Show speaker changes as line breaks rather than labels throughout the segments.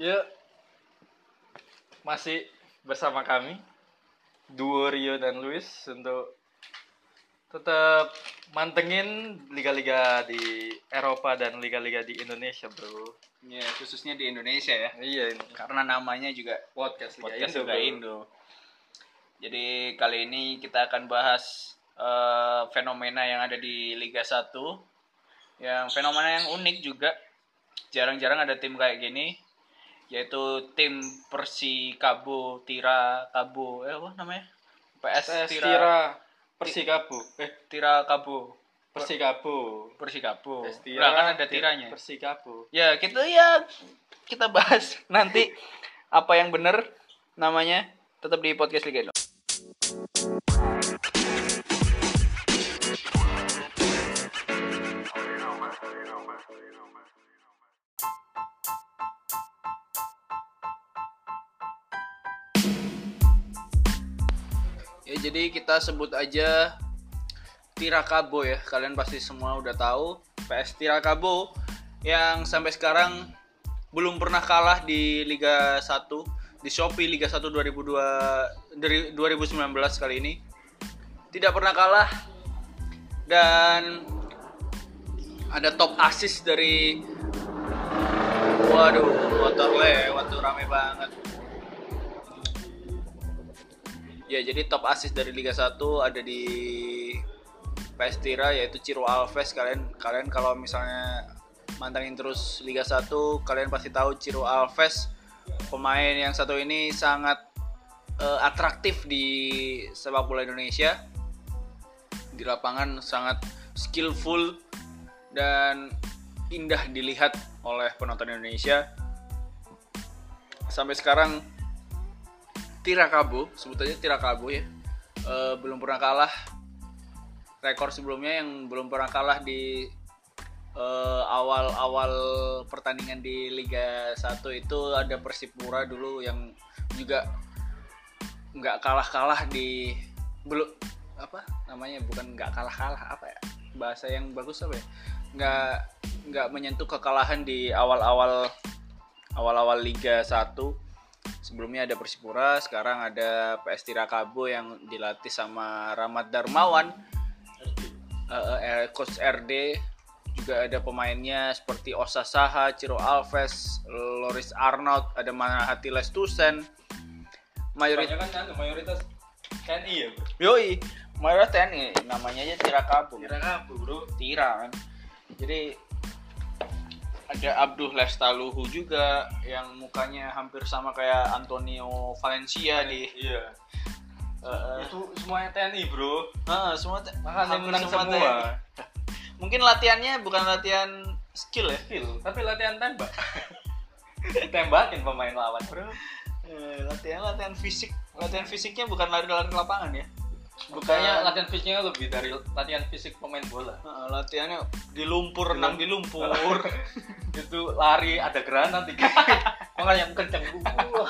Yuk. Masih bersama kami duo Rio dan Luis untuk tetap mantengin liga-liga di Eropa dan liga-liga di Indonesia, Bro.
Ya, khususnya di Indonesia ya.
Iya, ini
Karena namanya juga
podcast Liga
podcast
Indo.
Liga
Bro.
Indo. Jadi kali ini kita akan bahas eh, fenomena yang ada di Liga 1. Yang fenomena yang unik juga. Jarang-jarang ada tim kayak gini yaitu tim Persikabo Tira Kabo eh apa namanya? PS
Tes
Tira
Tira Persikabo. Eh,
Tira Kabo
Persikabo.
Persikabo.
Tes
Lah kan ada tiranya.
Persikabo.
Ya, kita ya kita bahas nanti apa yang bener namanya tetap di podcast Liga Indo. Ya, jadi kita sebut aja Tirakabo ya. Kalian pasti semua udah tahu PS Tirakabo yang sampai sekarang belum pernah kalah di Liga 1 di Shopee Liga 1 2002 dari 2019 kali ini. Tidak pernah kalah dan ada top assist dari Waduh, motor lewat tuh rame banget. Ya, jadi top assist dari Liga 1 ada di PS Tira yaitu Ciro Alves. Kalian kalian kalau misalnya mantengin terus Liga 1, kalian pasti tahu Ciro Alves pemain yang satu ini sangat eh, atraktif di sepak bola Indonesia. Di lapangan sangat skillful dan indah dilihat oleh penonton Indonesia. Sampai sekarang Tirakabo, sebutannya Tirakabo ya. eh, belum pernah kalah. Rekor sebelumnya yang belum pernah kalah di eh, awal-awal pertandingan di Liga 1 itu ada Persipura dulu yang juga nggak kalah-kalah di belum apa namanya bukan nggak kalah-kalah apa ya bahasa yang bagus apa ya nggak nggak menyentuh kekalahan di awal-awal awal-awal Liga 1 sebelumnya ada Persipura sekarang ada PS Tirakabo yang dilatih sama Ramad Darmawan Eh, eh, coach RD juga ada pemainnya seperti Osa Saha, Ciro Alves, Loris Arnaud, ada Manahati Lestusen. Mayoritas
Banyak kan anu, mayoritas KNI ya, Bro.
Yoi, mayoritas TNI namanya aja Tirakabo. Tira,
Persikabo, Bro.
kan. Jadi ada Abduh Lestaluhu juga yang mukanya hampir sama kayak Antonio Valencia di
Iya.
Heeh.
Itu semuanya TNI, Bro.
Heeh, ah, semua te-
Makanya
hampir
Ya. menang
semua
semua.
TNI. Mungkin latihannya bukan latihan skill ya.
Skill, tapi latihan tembak. Tembakin pemain lawan, Bro.
Eh, latihan latihan fisik. Latihan fisiknya bukan lari-lari ke lapangan ya.
Bukannya latihan fisiknya lebih dari latihan fisik pemain bola.
Heeh, Eh, latihannya di lumpur, renang di lumpur.
Itu lari ada granat tiga. Makanya kenceng. Uh,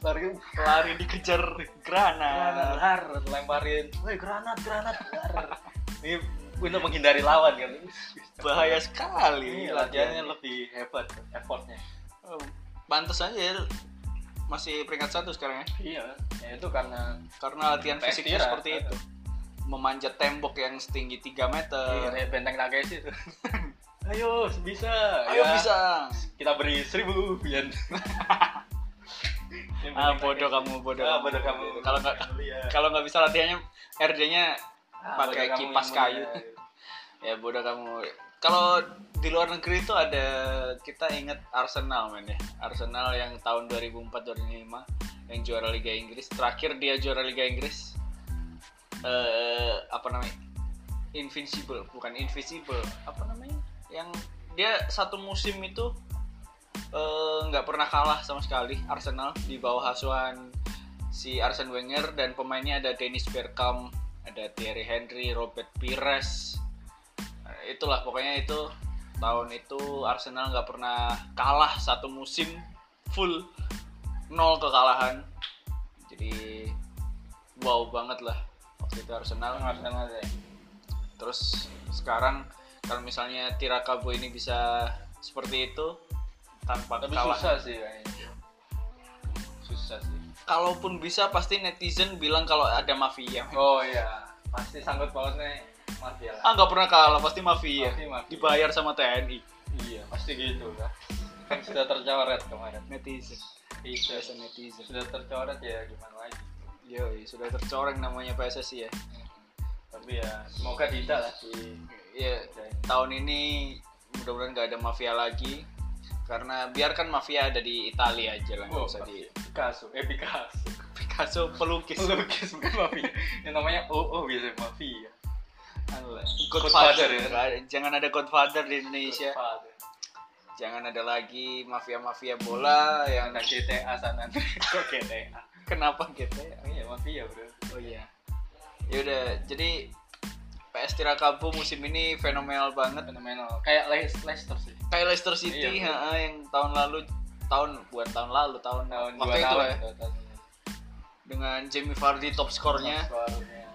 lari
lari dikejar
granat,
granat.
lar, lemparin. Woi, granat, granat, lar. Ini untuk menghindari lawan kan.
Bahaya sekali
Ini latihannya lebih hebat effortnya.
Pantes aja ya, masih peringkat satu sekarang ya.
Iya, ya itu karena ah.
Karena latihan
Tes
fisiknya
tira.
seperti itu. Memanjat tembok yang setinggi 3 meter.
Iya, benteng Nakes itu. Ayo, bisa. iya. Ya.
Ayo bisa.
Kita beri seribu yen.
Ah, bodoh kamu, bodoh
Ah,
kamu.
bodoh kamu. ya.
Kalau nggak kalau nggak bisa latihannya RD-nya
Ah,
pakai kipas kayu. Ya bodoh kamu. Kalau di luar negeri itu ada kita ingat Arsenal men ya. Arsenal yang tahun 2004 2005 yang juara Liga Inggris. Terakhir dia juara Liga Inggris eh apa namanya? Invincible, bukan invisible. Apa namanya? Yang dia satu musim itu eh, nggak pernah kalah sama sekali Arsenal di bawah asuhan si Arsene Wenger dan pemainnya ada Dennis Bergkamp, ada Thierry Henry, Robert Pires, Eh, itulah pokoknya itu tahun itu Arsenal nggak pernah kalah satu musim full nol kekalahan jadi wow banget lah waktu itu Arsenal
Arsenal ya.
terus sekarang kalau misalnya Tirakabo ini bisa seperti itu tanpa
Tapi
kalah
susah sih kayaknya. Susah sih.
kalaupun bisa pasti netizen bilang kalau ada mafia
Oh iya, pasti sangkut pautnya mafia
ah nggak pernah kalah pasti mafia,
Pasti mafia.
dibayar sama TNI
Iya, pasti gitu lah. Kan sudah tercoret kemarin.
netizen
Itu
biasa netizen
sudah tercoret ya gimana lagi.
Yoi, sudah tercoreng namanya PSSI ya
Tapi ya semoga tidak lah di
Iya, tahun ini mudah-mudahan nggak ada mafia lagi karena biarkan mafia ada di Italia aja lah nggak
Oh,
usah di
Picasso, eh Picasso.
Picasso pelukis
Lukis bukan mafia. Yang namanya oh oh biasanya mafia.
Allah.
Godfather ya.
Nggak ada- jangan ada Godfather di Indonesia
Godfather.
jangan ada lagi mafia-mafia bola yang
Ada GTA San Andreas. Kok GTA?
kenapa gitu ya
Oh iya mafia bro.
oh iya yaudah jadi PS Tirakabu musim ini fenomenal banget
Fenomenal. Kayak Le- Leicester sih.
kayak Leicester City
Iya,
ha, yang tahun lalu tahun buat tahun lalu tahun,
Tahun
waktu
dua
itu
tahun,
lah ya
dua tahun ini.
dengan Jamie Vardy top skornya
Suaranya.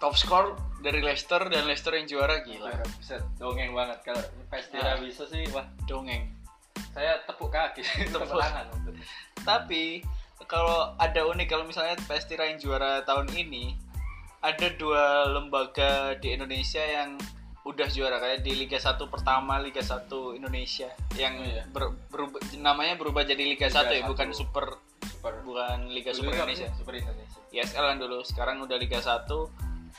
top skor dari Leicester dan Leicester yang juara gila
Gila, buset, dongeng banget kalau Pestira
Ah.
bisa sih wah
dongeng
saya tepuk kaki tepuk
Tepuk.
tangan maksudnya.
tapi kalau ada unik kalau misalnya PS Tira yang juara tahun ini ada dua lembaga di Indonesia yang udah juara kayak di Liga 1 pertama Liga 1 Indonesia yang
Oh, iya.
ber- berubah- namanya berubah jadi Liga,
Liga
1 ya
1.
bukan super
super
bukan Liga
Dulu
Super
kan
Indonesia
super Indonesia
ISL kan dulu sekarang udah Liga 1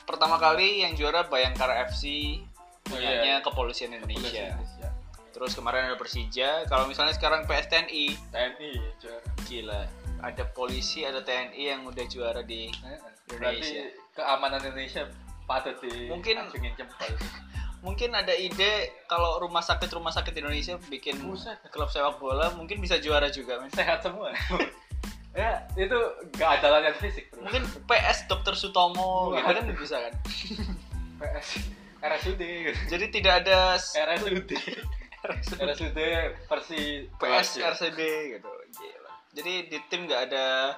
pertama kali yang juara Bayangkara FC
Oh,
punyanya
iya.
kepolisian
Super
Indonesia
Indonesia.
terus kemarin ada Persija kalau misalnya sekarang PSTNI
TNI juara
gila ada polisi ada TNI yang udah juara di
berarti
Nah, Indonesia.
keamanan Indonesia patut di
Mungkin-
acungin jempol
mungkin ada ide kalau rumah sakit rumah sakit Indonesia bikin
Buset.
klub sepak bola mungkin bisa juara juga men.
sehat semua ya itu gak ada latihan fisik bro
mungkin PS Dr Sutomo
Wah.
gitu kan bisa kan
PS RSUD gitu.
jadi tidak ada s-
RSUD Eh, RSUD versi
PS
Malaysia.
RCB gitu Gila. jadi di tim nggak ada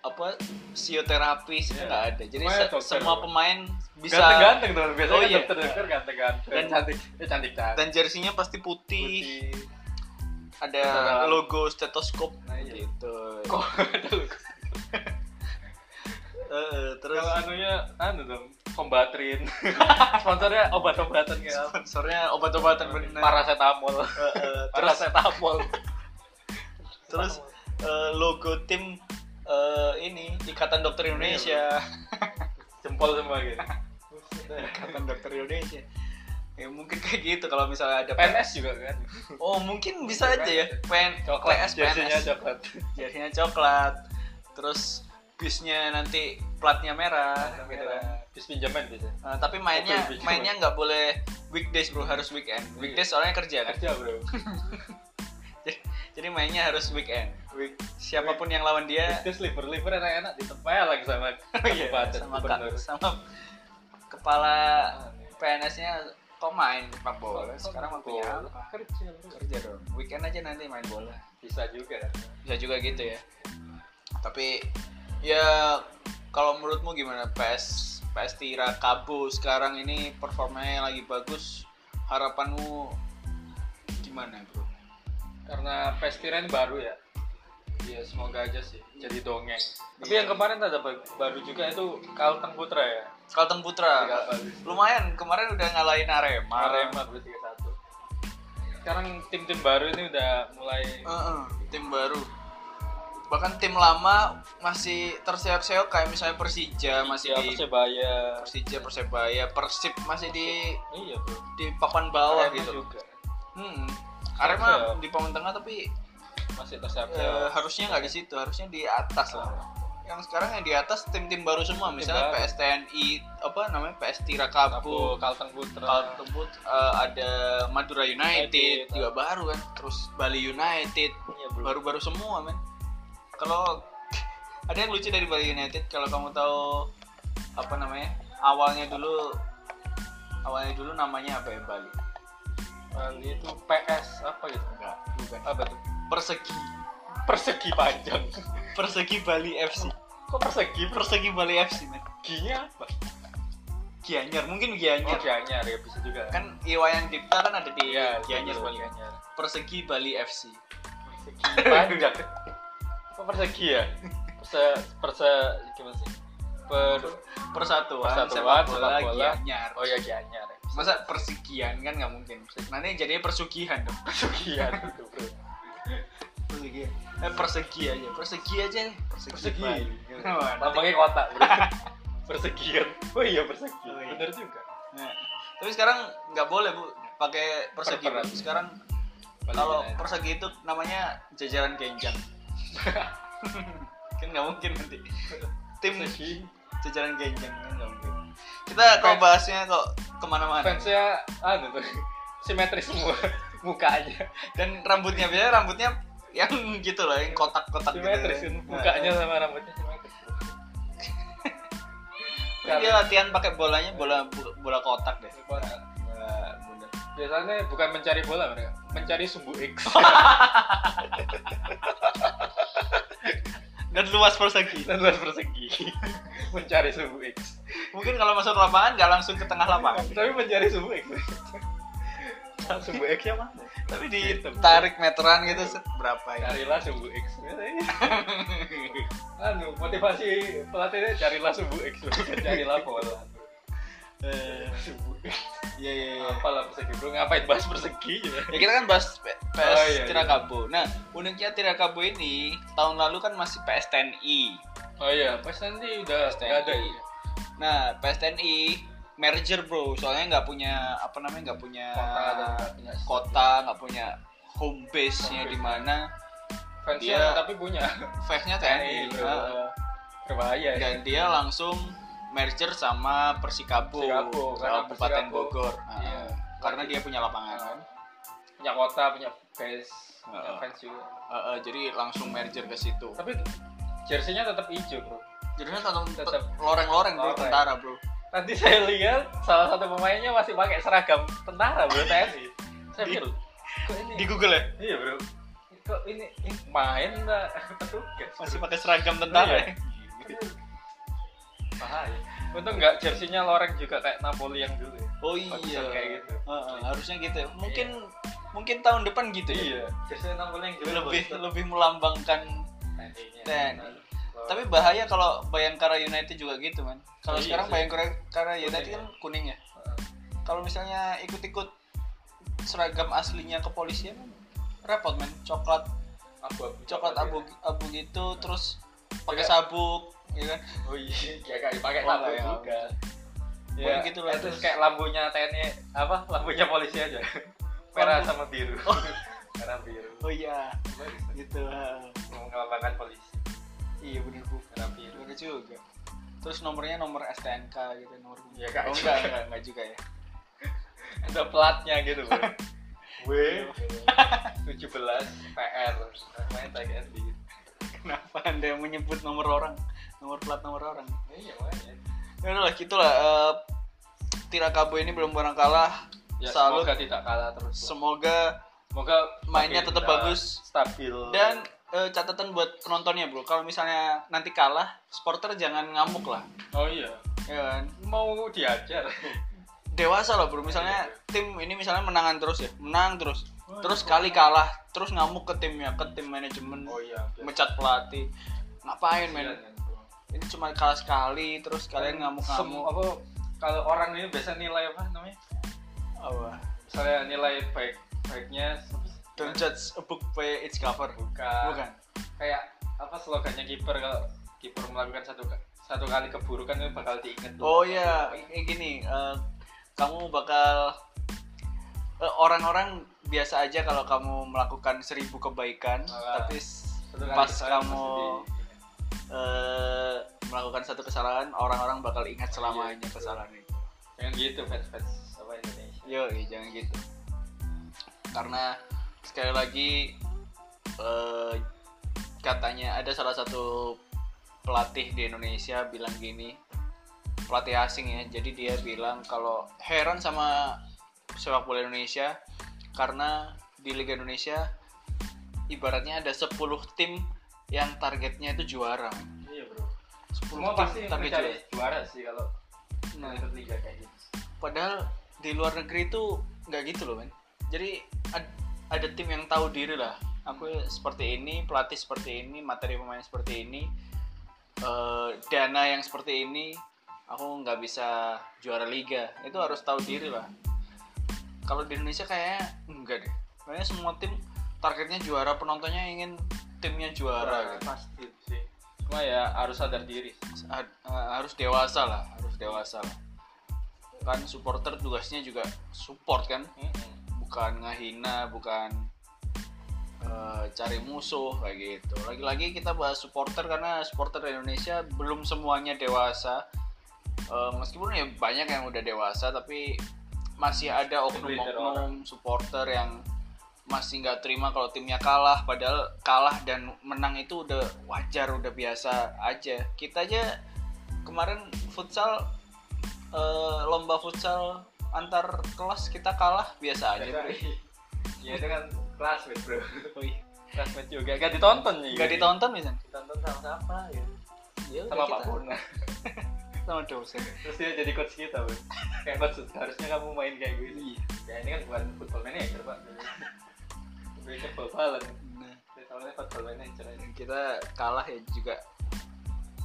apa psioterapis itu
Iya.
nggak ada jadi
Semuanya
se-
dokter.
semua pemain bisa
ganteng-ganteng tuh biasanya
Oh,
kan
iya.
dokter-dokter ganteng-ganteng
Dan-
cantik eh, cantik cantik
dan jersinya pasti putih,
putih
ada
Ada-
logo stetoskop
Nah, iya.
gitu
kok ada lu?
Eh, terus
kalau anunya anu dong kombatrin sponsornya obat-obatan kayak apa
sponsornya obat-obatan
Nah, iya.
bener
paracetamol
Eh, eh, terus
paracetamol
terus eh, logo tim eh, ini ikatan
Iya,
dokter Indonesia
jempol semua gitu
ikatan dokter Indonesia ya mungkin kayak gitu kalau misalnya ada
PNS juga kan
oh mungkin bisa aja ya PN
coklat
PS,
jersinya
PNS.
coklat
jersinya coklat terus bisnya nanti platnya merah, gitu kan.
bis pinjaman bisa
Eh, tapi mainnya
Oke, bis-
mainnya nggak boleh weekdays bro harus weekend weekdays soalnya kerja kan
kerja bro
Jadi- jadi mainnya harus weekend Week- siapapun yang lawan dia
terus liver liver enak-enak ditempel lagi sama kabupaten
Iya, sama
gubernur.
kak, sama kepala PNS-nya kok main sepak bola sekarang waktunya apa?
kerja bro.
kerja dong weekend aja nanti main bola
bisa juga
bisa juga gitu ya tapi ya kalau menurutmu gimana PS PS Tira Kabo sekarang ini performanya lagi bagus harapanmu gimana bro
karena pestiren baru ya ya semoga aja sih jadi dongeng tapi
Iya.
yang kemarin ada ba- baru juga itu Kalteng Putra ya
Kalteng
Tiga
Putra
bagus.
lumayan kemarin udah ngalahin Arema
Arema dua tiga satu sekarang tim-tim baru ini udah mulai
Heeh, tim baru bahkan tim lama masih terseok-seok kayak misalnya Persija masih
ya
di
Persebaya
Persija Persebaya Persib masih di
iya bro
di papan bawah
Arema
gitu
juga
hmm. Arema
Terseok.
di papan tengah tapi
masih terseok
eh, harusnya nggak di situ harusnya di atas lah yang sekarang yang di atas tim-tim baru semua
Tim
misalnya
baru.
PS TNI apa namanya PS Tirakabu
Abu Kalteng Putra
kalau tersebut eh, ada Madura United,
United.
juga baru kan terus Bali United
Iya, bro.
baru-baru semua men kalau ada yang lucu dari Bali United kalau kamu tahu apa namanya awalnya dulu awalnya dulu namanya apa ya Bali
Bali itu PS apa gitu
enggak bukan
apa tuh
persegi
persegi panjang
persegi Bali FC
kok persegi
persegi Bali FC men
perseginya apa
Gianyar
Oh,
mungkin Gianyar
Gianyar ya bisa juga.
Iya. kan Iwayan Dipta kan ada di
Iya,
Gianyar
betul,
Bali kan
Gianyar.
Persegi Bali FC
Persegi panjang. Apa persegi ya? Perse perse gimana sih? Per
Persatuan,
Persatuan,
sepak bola, iya.
sepak bola.
Gianyar
Oh ya Gianyar. ya.
masa persegian kan nggak mungkin nanti jadinya persugihan dong
Persegian itu, Bro.
persegi eh persegi aja persegi aja nih persegi,
Persegi.
Bali. Wah, nanti-
Lambangnya kotak, Bro. Persegian. Oh iya persegian.
Oh, iya.
Bener juga.
Nah, tapi sekarang nggak boleh bu pakai persegi
Per- per-
Bu. sekarang kalau persegi itu namanya jajaran genjang kan nggak mungkin nanti tim
persegi
jajaran genjang kan nggak mungkin kita kalau bahasnya kok kemana-mana
fansnya anu tuh simetris semua mukanya
dan rambutnya biasanya rambutnya yang gitu loh yang kotak-kotak gitu
simetris kan mukanya sama rambutnya simetris
Nah,
iya
dia latihan pakai bolanya bola bola kotak deh
Kotak.
Nah, bener.
biasanya bukan mencari bola mereka mencari sumbu X
dan luas persegi
dan luas persegi mencari sumbu X
mungkin kalau masuk lapangan nggak langsung ke tengah lapangan
tapi mencari sumbu X sumbu X nya mana
tapi
Gitu.
ditarik meteran gitu set, berapa ya
carilah sumbu X Biasanya, anu motivasi pelatihnya carilah sumbu X bukan carilah bola
Eh,
sumbu X
iya iya iya
apalah persegi bro ngapain bahas persegi ya
ya kita kan bahas P- PS
Oh, iya, iya.
Tirakabo nah uniknya Tirakabo ini tahun lalu kan masih PS TNI
oh iya pas nanti udah
PSTNI.
nggak ada ya
nah PS TNI merger bro soalnya nggak punya apa namanya nggak punya
Kota atau nggak punya-
kota, nggak punya home base
Home
nya
base.
di mana E
fansnya
Dia-
tapi punya
fansnya
TNI
TNI
bro
Nah,
berbahaya ya
dan dia langsung merger sama Persikabo,
Persikabo, karena
Kabupaten
Persikabo-
Bogor
Iya.
Nah, karena dia punya lapangan
Nah, punya kota punya base punya
Heeh.
fans juga
Eh, eh, jadi langsung merger ke situ
tapi jersinya tetap hijau bro
jadinya tetap,
Tetap.
loreng-loreng
Loreng.
bro tentara bro
Tadi saya lihat salah satu pemainnya masih pakai seragam tentara bro TNI. Saya
Di-
pikir kok ini
di Google ya
iya bro kok ini, ini main nggak petugas
masih
bro?
pakai seragam tentara
Iya.
ya?
bahaya. Untung nggak jersinya loreng juga kayak Napoli yang dulu. ya.
oh
Kok
iya
bisa kayak gitu.
Eh, eh, harusnya gitu ya mungkin mungkin tahun depan gitu ya
Iya, jersinya Napoli yang dulu Nah,
lebih
bro.
lebih melambangkan
TNI-nya.
TNI.
Loreng.
tapi bahaya kalau Bayangkara United juga gitu man kalau
Iya
sekarang
sih.
Bayangkara United
Kuning
kan kuning ya
Heeh.
kalau misalnya ikut-ikut seragam aslinya kepolisian repot men coklat
abu-abu.
coklat kan?
ya.
abu abu gitu terus pakai
Kayak-
sabuk ya kan
Oh iya, kayak pakai
Oh,
lampu
iya.
juga. Iya.
Pokoknya gitu lah,
Itu
terus.
kayak lampunya TNI apa? Lampunya polisi aja. Merah
Lampu.
sama biru. Merah biru.
oh iya
Bagus.
gitu ah.
Mengembangkan polisi.
iya bener bu
Merah biru.
bener juga terus nomornya nomor STNK gitu nomor
Ya, Kak,
oh,
juga.
enggak, enggak, enggak juga ya
Ada platnya gitu, Bro. W 17 PR. Main TNI.
kenapa anda yang menyebut nomor orang nomor plat nomor orang
Iya, makanya.
ya udah lah gitulah eh, Tirakabo ini belum pernah kalah
Ya,
selalu
semoga tidak kalah terus. Bro.
semoga
Semoga
Mainnya
makin
tetap
kita
bagus.
stabil
Dan eh, catatan buat penontonnya bro, kalau misalnya nanti kalah, supporter jangan ngamuk lah,
Oh iya,
ya kan?
mau diajar.
Dewasa lah bro, misalnya tim ini misalnya menangan terus ya, menang terus, terus kali kalah, terus ngamuk ke timnya, ke tim manajemen,
Oh iya.
mecat pelatih, ngapain
Kasihan
men?
kan, Bro.
Ini cuma kalah sekali, terus kalian
Sem-
ngamuk-ngamuk,
apa kalau orang ini biasa nilai apa namanya
apa?
misalnya nilai baik baiknya
Don't judge a book by its cover,
bukan
bukan?
kayak apa slogannya kiper kalau kiper melakukan satu ka- satu kali keburukan itu bakal diingat
Oh iya, kayak gini. eh, kamu bakal eh, orang-orang biasa aja kalau kamu melakukan seribu kebaikan,
Malah,
tapi s-
Satu kali
pas
kesalahan
kamu
pasti diingat.
eh, melakukan satu kesalahan, orang-orang bakal ingat selamanya
Iya, betul.
kesalahan itu.
jangan gitu fans fans apa Indonesia
Yo, jangan gitu. Karena sekali lagi eh, katanya ada salah satu pelatih di Indonesia bilang gini, pelatih asing ya. Jadi dia bilang kalau heran sama sepak bola Indonesia karena di Liga Indonesia ibaratnya ada 10 tim yang targetnya itu juara. men.
iya bro
10
semua
tim
pasti
target
mencari juara sih kalau
juara. Nah.
ikut liga kayak gitu.
Padahal di luar negeri itu nggak gitu loh men. Jadi ad- ada tim yang tahu diri lah. Aku seperti ini, pelatih seperti ini, materi pemain seperti ini, eh, dana yang seperti ini, aku nggak bisa juara liga. Itu harus tahu diri lah. Kalau di Indonesia kayaknya enggak deh. Kayaknya semua tim targetnya juara, penontonnya ingin timnya juara. gitu.
Pasti sih.
Cuma ya harus sadar diri.
Ad- eh, harus dewasa lah, harus dewasa lah. Kan supporter tugasnya juga support kan, bukan ngehina, bukan eh, cari musuh kayak gitu. Lagi-lagi kita bahas supporter karena supporter Indonesia belum semuanya dewasa. Eh, meskipun ya banyak yang udah dewasa, tapi masih ada oknum-oknum supporter yang masih nggak terima kalau timnya kalah padahal kalah dan menang itu udah wajar udah biasa aja kita aja kemarin futsal eh, lomba futsal antar kelas kita kalah biasa aja bro.
Iya kan. itu kan classmate bro.
Oh iya.
Classmate juga. Gak ditonton nih.
nggak ditonton misalnya
Ditonton sama-sama ya.
ya,
Sama
kita,
Pak Purna.
sama dosen
Terus dia jadi coach kita bro. Kayak coach harusnya kamu main kayak gini. Ya ini kan bukan football manager pak. Gue football balance.
nah
Saya tahunya football manager aja.
kita kalah ya juga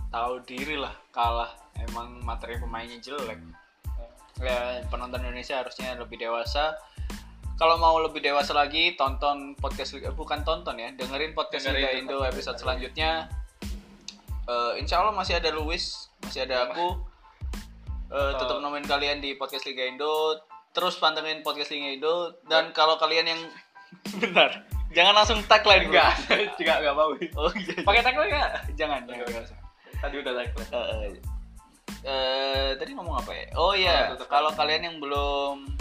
tahu diri lah kalah emang materi pemainnya jelek ya penonton Indonesia harusnya lebih dewasa kalau mau lebih dewasa lagi tonton podcast Liga eh, bukan tonton ya dengerin podcast
Dengerin
Liga
itu,
Indo
podcast
episode
Liga.
selanjutnya Eh, Insya Allah masih ada Luis masih
Iya,
ada aku Eh, tetap nemuin kalian di podcast Liga Indo terus pantengin podcast Liga Indo
Iya.
dan kalau kalian yang benar jangan langsung tagline
Enggak,
enggak
juga enggak mau.
oh iya
Pakai tagline enggak?
jangan
Enggak,
jangan
enggak usah. Tadi udah tagline.
Eh, eh, eh, tadi ngomong apa ya oh iya
Oh, tetep.
kalau kalian yang belum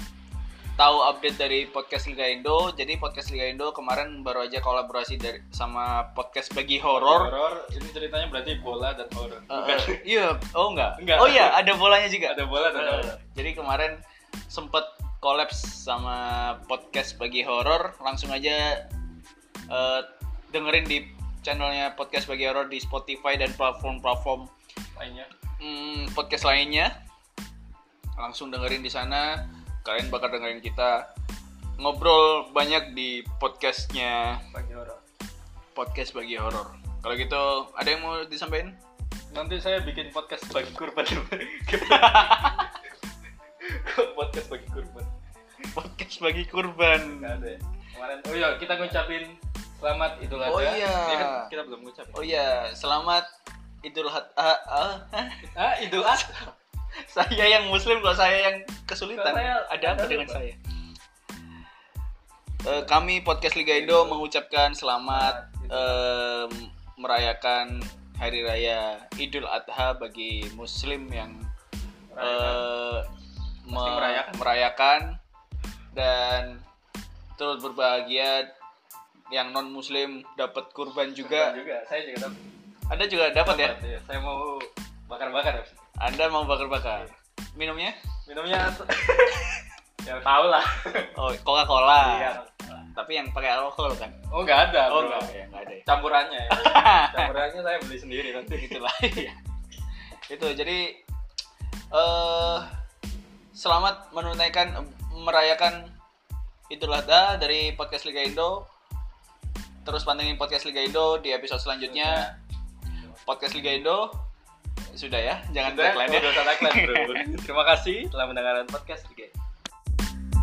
tahu update dari podcast Liga Indo jadi podcast Liga Indo kemarin baru aja kolaborasi dari sama podcast bagi horor
Horor, ini ceritanya berarti bola dan horor.
Eh, eh, iya oh enggak.
Enggak.
oh iya ada bolanya juga
Ada bola dan
Eh,
horor.
jadi kemarin sempet kolaps sama podcast bagi horor langsung aja eh, dengerin di channelnya podcast bagi horor di Spotify dan platform-platform
Lainnya.
hmm, podcast lainnya langsung dengerin di sana kalian bakal dengerin kita ngobrol banyak di podcastnya
Pagi horor.
podcast bagi horor kalau gitu ada yang mau disampaikan
Nanti saya bikin podcast bagi kurban. podcast bagi kurban.
podcast bagi kurban
Enggak ada ya. Kemarin. Oh iya, kita ngucapin selamat Idul Adha.
Oh iya.
Ya kan kita belum ngucapin.
oh iya selamat idul adha ah, ah.
Ah, Idul Adha.
saya yang muslim kalau saya yang kesulitan
Kalau saya-
ada apa
ada
dengan
apa?
saya Eh, kami podcast Liga Indo mengucapkan selamat eh, merayakan Hari Raya Idul Adha bagi Muslim yang eh, me-
Pasti merayakan.
merayakan dan turut berbahagia yang non Muslim dapat kurban juga.
juga. Saya juga dapat.
Anda juga dapat ya.
Iya, Saya mau bakar-bakar habis. ini.
Anda mau bakar-bakar.
Iya.
Minumnya?
Minumnya ya tahu lah.
Oh, Coca-Cola.
Iya.
Tapi yang pakai alkohol kan?
Oh, enggak ada.
Oh,
bro.
enggak, ya, enggak ada. ya.
Campurannya ya. Campurannya saya beli sendiri nanti.
Itulah. ya. Itu jadi eh selamat menunaikan merayakan Idul Adha dari podcast Liga Indo. Terus pantengin podcast Liga Indo di episode selanjutnya. Podcast Liga Indo sudah ya, jangan
Udah,
tagline ya.
udah usah tagline, bro. Terima kasih telah mendengarkan podcast Liga.